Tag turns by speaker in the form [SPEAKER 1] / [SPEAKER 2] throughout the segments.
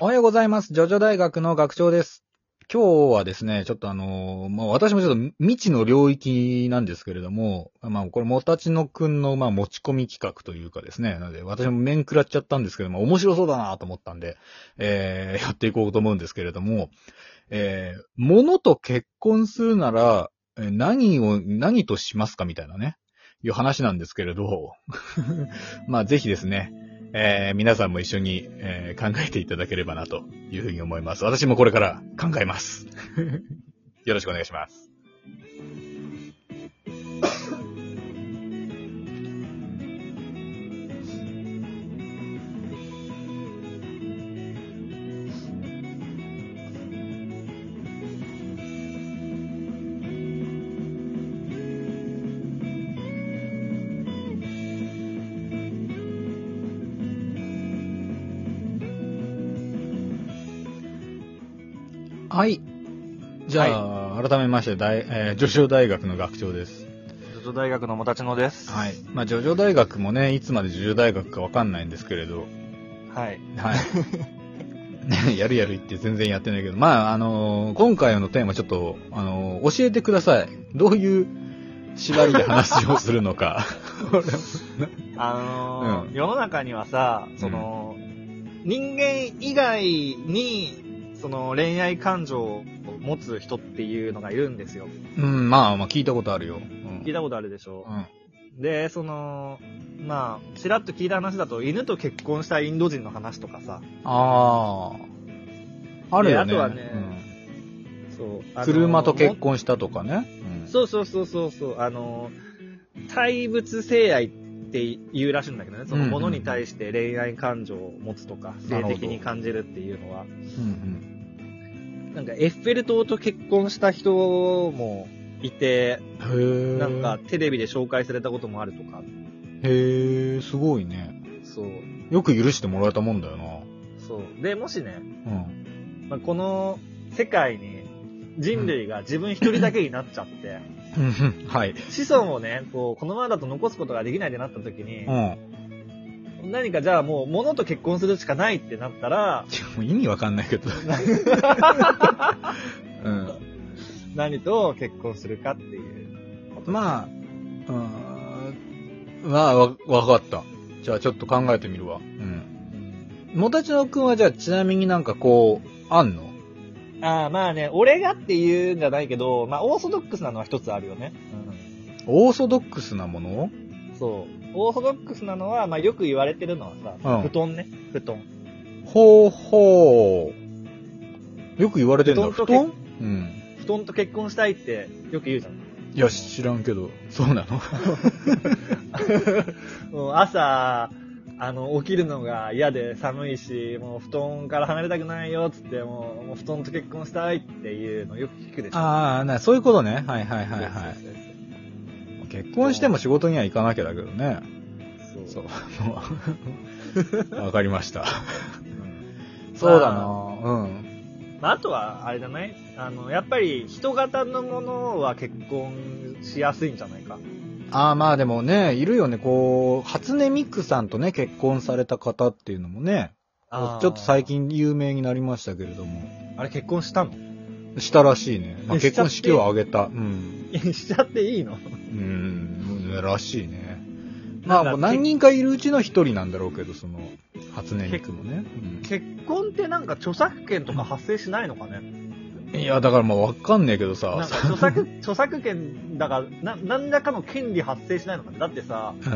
[SPEAKER 1] おはようございます。ジョジョ大学の学長です。今日はですね、ちょっとあのー、まあ、私もちょっと未知の領域なんですけれども、まあ、これ、もたちのくんの、まあ、持ち込み企画というかですね、なので、私も面食らっちゃったんですけども、面白そうだなと思ったんで、えー、やっていこうと思うんですけれども、えー、物と結婚するなら、えー何を、何としますかみたいなね、いう話なんですけれど、 まあ、ぜひですね、えー皆さんも一緒に、えー考えていただければなというふうに思います。私もこれから考え ます。よろしくお願いします。はい。じゃあ、改めまして大、えー、女子大学の学長です。
[SPEAKER 2] ジョジョ大学のもたちのです。
[SPEAKER 1] はい。。まあ、ジョジョ大学もね、いつまでジョジョ大学かわかんないんですけれど、
[SPEAKER 2] はい。
[SPEAKER 1] はい。 やるやる言って全然やってないけど、まあ、あのー今回のテーマちょっと、あのー教えてください。どういう縛りで話をするの か。
[SPEAKER 2] あのー
[SPEAKER 1] うん
[SPEAKER 2] 世の中にはさ、その、人間以外に、その恋愛感情を持つ人っていうのがいるんですよ。
[SPEAKER 1] うん、まあまあ聞いたことあるよ。うん
[SPEAKER 2] 聞いたことあるでしょ
[SPEAKER 1] うん。
[SPEAKER 2] で、その、まあ、ちらっと聞いた話だと、犬と結婚したインド人の話とかさ、
[SPEAKER 1] ああ。あるよね。
[SPEAKER 2] であとはねそう。あ
[SPEAKER 1] うん
[SPEAKER 2] のー
[SPEAKER 1] 車と結婚したとかね。うん
[SPEAKER 2] そうそうそうそうそう、あの、対物性愛って言うらしいんだけどね、そのものに対して恋愛感情を持つとか、
[SPEAKER 1] なる
[SPEAKER 2] 性
[SPEAKER 1] ほど
[SPEAKER 2] 的に感じるっていうのは、
[SPEAKER 1] うん
[SPEAKER 2] なんかエッフェル塔と結婚した人もいて、
[SPEAKER 1] うん。へえ。
[SPEAKER 2] なんか、テレビで紹介されたこともあるとか、
[SPEAKER 1] へえ、すごいね。
[SPEAKER 2] そう、
[SPEAKER 1] よく許してもらえたもんだよな。
[SPEAKER 2] そう。で、もしね、
[SPEAKER 1] うん。
[SPEAKER 2] まあ、この世界に人類が自分一人だけになっちゃって、
[SPEAKER 1] うん はい。
[SPEAKER 2] 子孫をね、こう、このままだと残すことができないってなった時に
[SPEAKER 1] う、ん。
[SPEAKER 2] 何かじゃあもう物と結婚するしかないってなったら、
[SPEAKER 1] いやもう意味わかんない けど。うん。
[SPEAKER 2] 何と結婚するかっていうこと。あ、
[SPEAKER 1] まあ、うん。まあ、わ、わかった。じゃあちょっと考えてみるわ。うん。もたちのくんはじゃあちなみになんかこう、あんの
[SPEAKER 2] ああ、まあね、俺がっていうんじゃないけど、まあ、オーソドックスなのは一つあるよね。
[SPEAKER 1] オーソドックスなもの
[SPEAKER 2] そう。オーソドックスなのは、まあ、よく言われてるのはさ、
[SPEAKER 1] うん
[SPEAKER 2] 布団ね。布団。
[SPEAKER 1] ほうほう。よく言われてんだ。
[SPEAKER 2] 布
[SPEAKER 1] 布
[SPEAKER 2] 団と
[SPEAKER 1] 団うん。
[SPEAKER 2] 布団と結婚したいってよく言 うじゃん。
[SPEAKER 1] いや、知らんけど。そうなの
[SPEAKER 2] もう朝、あの、起きるのが嫌で寒いし、もう布団から離れたくないよっつって、もう、もう布団と結婚したいっていうのよく聞くでし ょ。
[SPEAKER 1] ああ、な、そういうことね。はいはいはいは
[SPEAKER 2] そうそう
[SPEAKER 1] い。結婚しても仕事には行かなきゃだけどね。
[SPEAKER 2] そうそ。
[SPEAKER 1] そうう。もう わかりました。
[SPEAKER 2] うん
[SPEAKER 1] そうだなうん。
[SPEAKER 2] まあ、あとは、あれじゃないあの、やっぱり人型のものは結婚しやすいんじゃないか。
[SPEAKER 1] ああ、まあでもね、いるよね。こう、初音ミクさんとね、結婚された方っていうのもね、ちょっと最。近有名になりましたけれども、
[SPEAKER 2] あれ結婚したの
[SPEAKER 1] したらしいね。まあ
[SPEAKER 2] えし
[SPEAKER 1] 結
[SPEAKER 2] ちゃっ
[SPEAKER 1] 婚
[SPEAKER 2] て
[SPEAKER 1] 式を挙げた。うん。
[SPEAKER 2] しちゃっていい の
[SPEAKER 1] うん、らしいね。まあ、
[SPEAKER 2] なんか
[SPEAKER 1] 何人かいるうちの一人なんだろうけど、その、初音ミクもね。
[SPEAKER 2] 結婚ってなんか著作権とか発生しないのかね
[SPEAKER 1] うんいや、だからまあ、わかんねえけど
[SPEAKER 2] なん
[SPEAKER 1] さ。
[SPEAKER 2] か著作、 著作権だから、な、何らかの権利発生しないのかねだってさ、
[SPEAKER 1] うん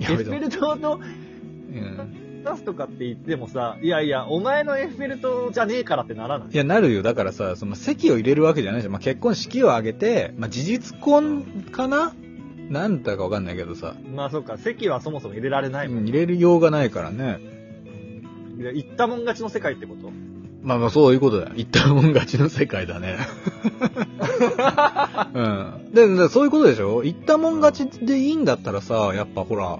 [SPEAKER 2] エ
[SPEAKER 1] いや
[SPEAKER 2] ッ
[SPEAKER 1] 別
[SPEAKER 2] フ
[SPEAKER 1] に
[SPEAKER 2] ェル塔
[SPEAKER 1] う
[SPEAKER 2] の
[SPEAKER 1] ん
[SPEAKER 2] 出すとかって言ってもさ、いやいや、お前のエッフェル塔じゃねえからってならない
[SPEAKER 1] い。や、なるよ。だからさ、その、席を入れるわけじゃないじゃん。まあ、結婚式を挙げて、まあ、事実婚かななんだかわかんないけどさ。
[SPEAKER 2] まあそっか、席はそもそも入れられないも
[SPEAKER 1] うん
[SPEAKER 2] ん。
[SPEAKER 1] 入れるようがないからね。
[SPEAKER 2] いや行ったもん勝ちの世界ってこと
[SPEAKER 1] まあまあそういうことだよ。言ったもん勝ちの世界 だね。うん。で、でそういうことでしょ言ったもん勝ちでいいんだったらさ、やっぱほら、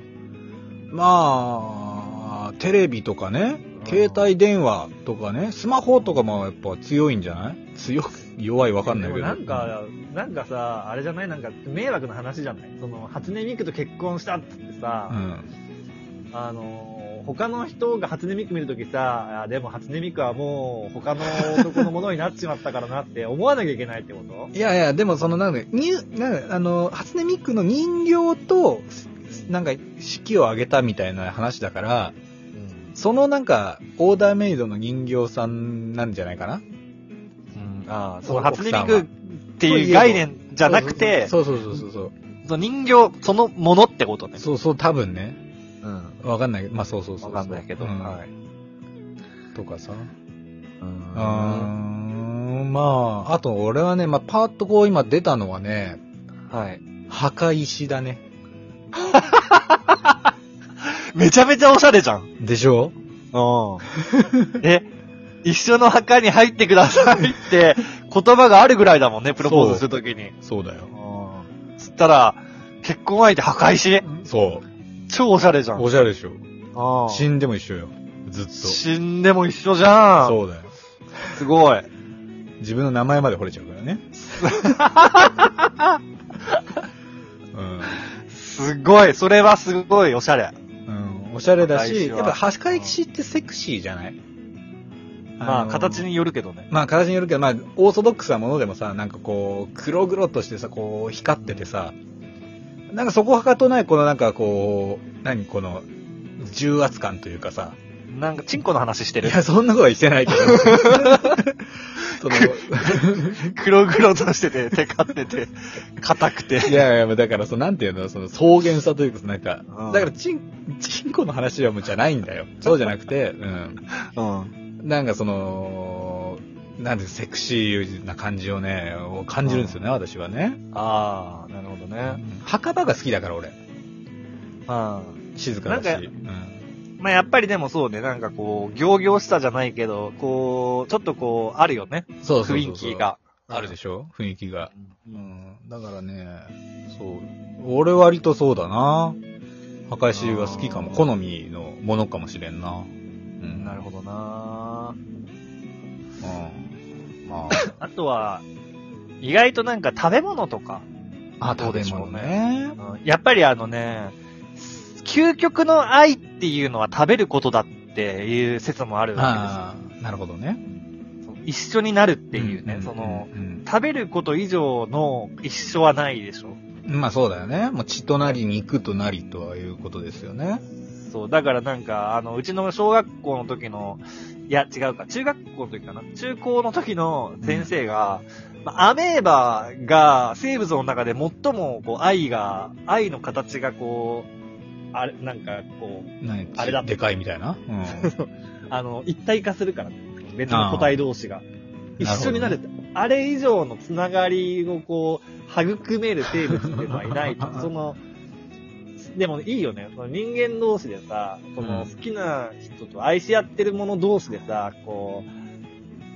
[SPEAKER 1] まあ、テレビとかね、携帯電話とかね、スマホとかもやっぱ強いんじゃない強く、弱いわかんないけ
[SPEAKER 2] で
[SPEAKER 1] ど。
[SPEAKER 2] もなんか、なんかさ、あれじゃないなんか迷惑な話じゃないその、初音ミクと結婚したっつって
[SPEAKER 1] う
[SPEAKER 2] さ、
[SPEAKER 1] ん、
[SPEAKER 2] あのー、
[SPEAKER 3] 他の人が初音ミク見るときさ、あでも初音ミクはもう他の男のものになっちまったからなって思わなきゃいけないってこと
[SPEAKER 1] いやいや、でもそのなんか、ニュなんかあの、初音ミクの人形と、すなんか、式を挙げたみたいな話だから、
[SPEAKER 3] うん。
[SPEAKER 1] そのなんか、オーダーメイドの人形さんなんじゃないかな
[SPEAKER 2] ああ、その
[SPEAKER 1] お
[SPEAKER 2] 初音ミ
[SPEAKER 1] 奥さ
[SPEAKER 2] ク
[SPEAKER 1] んは
[SPEAKER 2] っていう概念じゃなくて、
[SPEAKER 1] そうそうそうそうそう。
[SPEAKER 2] その人形そのものってことね。
[SPEAKER 1] そうそう、多分ね。
[SPEAKER 2] うん。
[SPEAKER 1] わかんないけど、まあそうそうそうそう。
[SPEAKER 2] わかんないけど。
[SPEAKER 1] うん
[SPEAKER 2] はい。
[SPEAKER 1] とかさ。うー
[SPEAKER 2] は
[SPEAKER 1] ん、まあ、あと俺はね、まあパーッとこう今出たのはね、
[SPEAKER 2] い。
[SPEAKER 1] 墓石だね。
[SPEAKER 2] めちゃめちゃおしゃれじゃん。
[SPEAKER 1] でしょ
[SPEAKER 2] うん。え、一緒の墓に入ってくださいって言葉があるぐらいだもんね、プロポーズするときに。
[SPEAKER 1] そうだよ。
[SPEAKER 2] うん。つったら、結婚相手破壊し、
[SPEAKER 1] そ
[SPEAKER 2] 超おしゃれじゃ
[SPEAKER 1] う。
[SPEAKER 2] ん。
[SPEAKER 1] おしゃれでしょ。
[SPEAKER 2] うん
[SPEAKER 1] 死んでも一緒よ。ずっと。
[SPEAKER 2] 死んでも一緒じゃん。
[SPEAKER 1] そうだよ。
[SPEAKER 2] すごい。
[SPEAKER 1] 自分の名前まで惚れちゃうから ね。うん
[SPEAKER 2] すごい。それはすごいおしゃれ。
[SPEAKER 1] うん、おしゃれだし、
[SPEAKER 2] 墓石
[SPEAKER 1] や
[SPEAKER 2] は
[SPEAKER 1] っぱ墓石ってセクシーじゃない
[SPEAKER 2] まあ、
[SPEAKER 1] の
[SPEAKER 2] 形によるけどね。
[SPEAKER 1] まあ、形によるけど、まあ、オーソドックスなものでもさ、なんかこう、黒々としてさ、こう、光っててさ、なんかそこはかとない、このなんかこう、何この、重圧感というかさ、
[SPEAKER 2] なんか、チンコの話して
[SPEAKER 1] い
[SPEAKER 2] る。
[SPEAKER 1] や、そんなことはしてないけど、 その、
[SPEAKER 2] 黒々としてて、テカってて、硬くて。
[SPEAKER 1] いやいや、もうだから、その、なんていうの、その、草原さというか、なんか
[SPEAKER 2] うん、
[SPEAKER 1] だから、チン、チンコの話はもうじゃないんだよ。そうじゃなくて、うん。
[SPEAKER 2] うん。
[SPEAKER 1] なんかその、なんていうのセクシーな感じをね、感じるんですよね、私はね。
[SPEAKER 2] ああ、なるほどね。
[SPEAKER 1] 墓場が好きだから、俺。
[SPEAKER 2] うん。
[SPEAKER 1] 静かだ
[SPEAKER 2] なん
[SPEAKER 1] し。
[SPEAKER 2] か
[SPEAKER 1] うん
[SPEAKER 2] まあ、やっぱりでもそうね、なんかこう、行々しさじゃないけど、こう、ちょっとこう、あるよね。
[SPEAKER 1] そうそうそうそう
[SPEAKER 2] 雰囲気。が。
[SPEAKER 1] あるでしょ雰囲気が。
[SPEAKER 2] う
[SPEAKER 1] うんん。だからね、そう。俺割とそうだな。墓石は好きかも。
[SPEAKER 2] あー
[SPEAKER 1] 好みのものかもしれんな。うん。
[SPEAKER 2] なるほどな
[SPEAKER 1] ど。うん。ま
[SPEAKER 2] あとは、意外となんか食べ物とか。
[SPEAKER 1] あ、あ、
[SPEAKER 2] どう
[SPEAKER 1] 食
[SPEAKER 2] で
[SPEAKER 1] べ
[SPEAKER 2] しょう
[SPEAKER 1] 物
[SPEAKER 2] ね
[SPEAKER 1] ね。
[SPEAKER 2] やっぱりあのね、究極の愛っていうのは食べることだっていう説もあるわ
[SPEAKER 1] ああ、なるほどね。
[SPEAKER 2] けですよ。その一緒になるっていうね、
[SPEAKER 1] ん
[SPEAKER 2] その、、
[SPEAKER 1] うん
[SPEAKER 2] 食べること以上の一緒はないでしょ。
[SPEAKER 1] うんまあそうだよね。もう血となり、肉となりとはいうことですよね。
[SPEAKER 2] そう、だからなんか、あの、うちの小学校の時の、いや、違うか、中学校の時かな、中高の時の先生が、まあアメーバが生物の中で最もこう愛が、愛の形がこう、あれ、なんかこう、
[SPEAKER 1] 何
[SPEAKER 2] あれだ
[SPEAKER 1] でかいみたいな。うん。。
[SPEAKER 2] あの、一体化するから、別の個体同士が。一緒になるって、あれ以上のつながりをこう、育める生物っていうのはいないとその、でもいいよね。その人間同士でさ、そうの
[SPEAKER 1] ん
[SPEAKER 2] 好きな人と愛し合ってる者同士でさ、こう、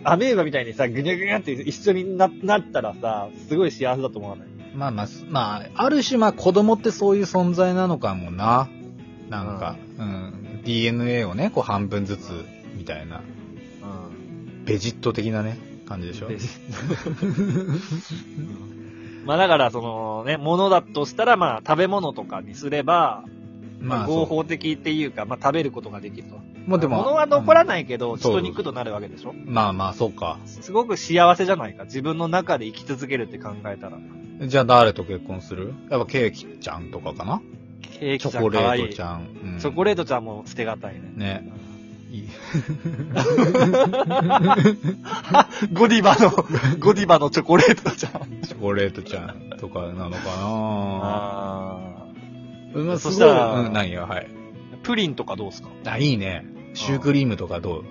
[SPEAKER 2] アメーバみたいにさ、ぐにゃぐにゃって一緒にななったらさ、すごい幸せだと思わない
[SPEAKER 1] まあまあ、すまあ、ある種、まあ子供ってそういう存在なのかもな。なんか、うん、DNA をね、こう半分ずつ、みたいな、
[SPEAKER 2] う
[SPEAKER 1] ベジット的なね、感じでしょ。
[SPEAKER 2] ん。まあだから、そのね、ものだとしたら、まあ食べ物とかにすれば、まあ、合
[SPEAKER 1] そう
[SPEAKER 2] 法的っていうか、まあ、食べることができると。
[SPEAKER 1] もうでも、
[SPEAKER 2] 物は残らないけ
[SPEAKER 1] う
[SPEAKER 2] ど、
[SPEAKER 1] ん
[SPEAKER 2] 血と肉となるわけでしょ
[SPEAKER 1] まあまあ、そうか。
[SPEAKER 2] すごく幸せじゃないか。自分の中で生き続けるって考えたら。
[SPEAKER 1] じゃあ誰と結婚するやっぱケーキちゃんとかかな
[SPEAKER 2] ケーキ
[SPEAKER 1] チ
[SPEAKER 2] ち
[SPEAKER 1] ョ
[SPEAKER 2] ゃん
[SPEAKER 1] コ
[SPEAKER 2] か
[SPEAKER 1] レ
[SPEAKER 2] わい
[SPEAKER 1] ー
[SPEAKER 2] い。
[SPEAKER 1] トちゃん。うん
[SPEAKER 2] チョコレートちゃんも捨てがたいね。
[SPEAKER 1] ね。いい
[SPEAKER 2] ゴディ バの、ゴディバのチョコレートちゃん。
[SPEAKER 1] チョコレートちゃんとかなのかな
[SPEAKER 2] あ
[SPEAKER 1] うんまあすごい
[SPEAKER 2] そしたら
[SPEAKER 1] うん、何や、はい。
[SPEAKER 2] ープリンとかどうすか
[SPEAKER 1] あ、いいね。シュークリームとかどう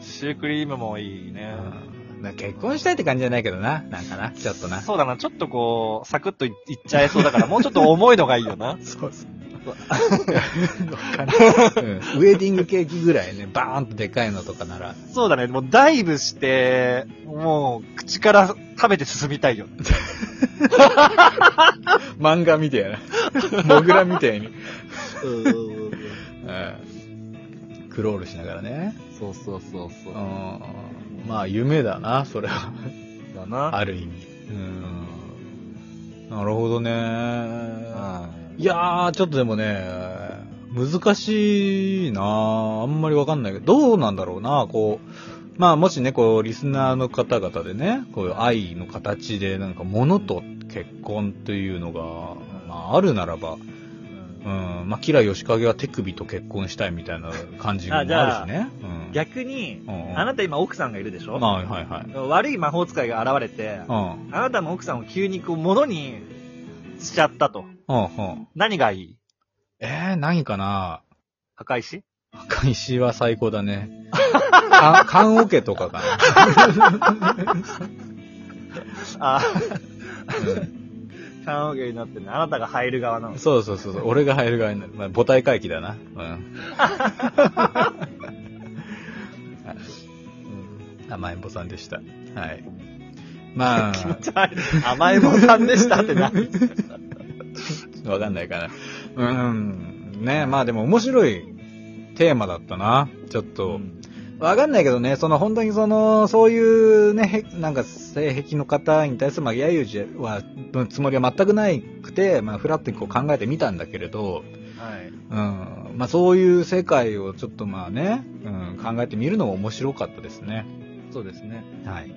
[SPEAKER 2] シュークリームもいいね。
[SPEAKER 1] うん結婚したいって感じじゃないけどな。なんかな。ちょっとな。。
[SPEAKER 2] そうだな、ちょっとこう、サクッといいっちゃいそうだから、もうちょっと重いのがいいよな
[SPEAKER 1] そう そう。わかんないうんウェディングケーキぐらいね、バーンとでかいのとかなら。
[SPEAKER 2] そうだね、もうダイブして、もう口から食べて進みたいよね。
[SPEAKER 1] 漫画みたいな。モグラみたいに。うんクロールしながらね。。
[SPEAKER 2] そうそうそうそううん
[SPEAKER 1] まあ、夢だな、それは。
[SPEAKER 2] だな。
[SPEAKER 1] ある意味。うん。なるほどね。いやー、ちょっとでもね、難しいなぁ。あんまりわかんないけど、どうなんだろうなぁ。こう、まあもしね、こう、リスナーの方々でね、こういう愛の形で、なんか、物と結婚というのが、まああるならば、うん、まあ、キラヨシカゲは手首と結婚したいみたいな感じもあるしね。うん、
[SPEAKER 2] 逆に、
[SPEAKER 1] うんうん
[SPEAKER 2] あなた今奥さんがいるでしょ
[SPEAKER 1] はいはいはい。
[SPEAKER 2] 悪い魔法使いが現れて、
[SPEAKER 1] うん。
[SPEAKER 2] あなたも奥さんを急にこう、物にしちゃったと。
[SPEAKER 1] うん、うん。
[SPEAKER 2] 何がいい
[SPEAKER 1] えー、何かな
[SPEAKER 2] 墓石
[SPEAKER 1] 赤石は最高だね。 か、缶オケとかかな、
[SPEAKER 2] ああ、 棺桶になってるね。あなたが入る側な
[SPEAKER 1] う
[SPEAKER 2] の
[SPEAKER 1] ん。。そうそうそうそう。俺が入る側になる。まあ、母体回帰だな。うん。はいうん甘えん坊さんでした。はい。ま
[SPEAKER 2] 気持
[SPEAKER 1] あ、
[SPEAKER 2] ち悪い。甘えもんさんでしたってな。
[SPEAKER 1] わかんないかな。うん。ねまあでも面白いテーマだったな。ちょっと。わかんないけどね、その本当にその、そういうね、へなんか性癖の方に対する、まあ、揶揄じゃは、のつもりは全くないくて、まあ、フラッとこう考えてみたんだけれど、
[SPEAKER 2] はい。
[SPEAKER 1] うん、まあ、そういう世界をちょっとまあね、うん、考えてみるのも面白かったですね。
[SPEAKER 2] そうですね。
[SPEAKER 1] はい。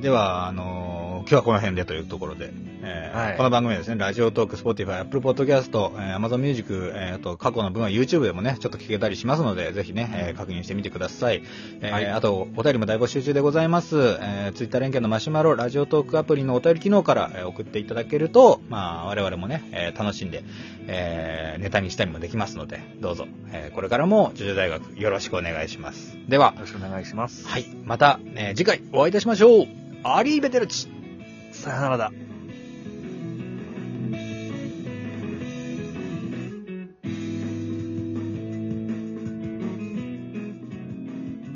[SPEAKER 1] では、あのー今日はこの辺でというところで、えー
[SPEAKER 2] はい
[SPEAKER 1] この番組はですね、ラジオトーク、Spotify、Apple Podcast、えー Amazon Music、えーあと過去の分は YouTube でもね、ちょっと聞けたりしますので、ぜひね、えー確認してみてください。えー
[SPEAKER 2] はい
[SPEAKER 1] あと、お便りも大募集中でございます。えー、Twitter 連携のマシュマロ、ラジオトークアプリのお便り機能から、えー送っていただけると、まあ、我々もね、えー楽しんで、えーネタにしたりもできますので、どうぞ、えーこれからも、ジョジョ大学よろしくお願いします。では
[SPEAKER 2] よ、ろしくお願いします。
[SPEAKER 1] はい。また、えー次回お会いいたしましょう。アリーベテルチ。
[SPEAKER 2] さよならだ。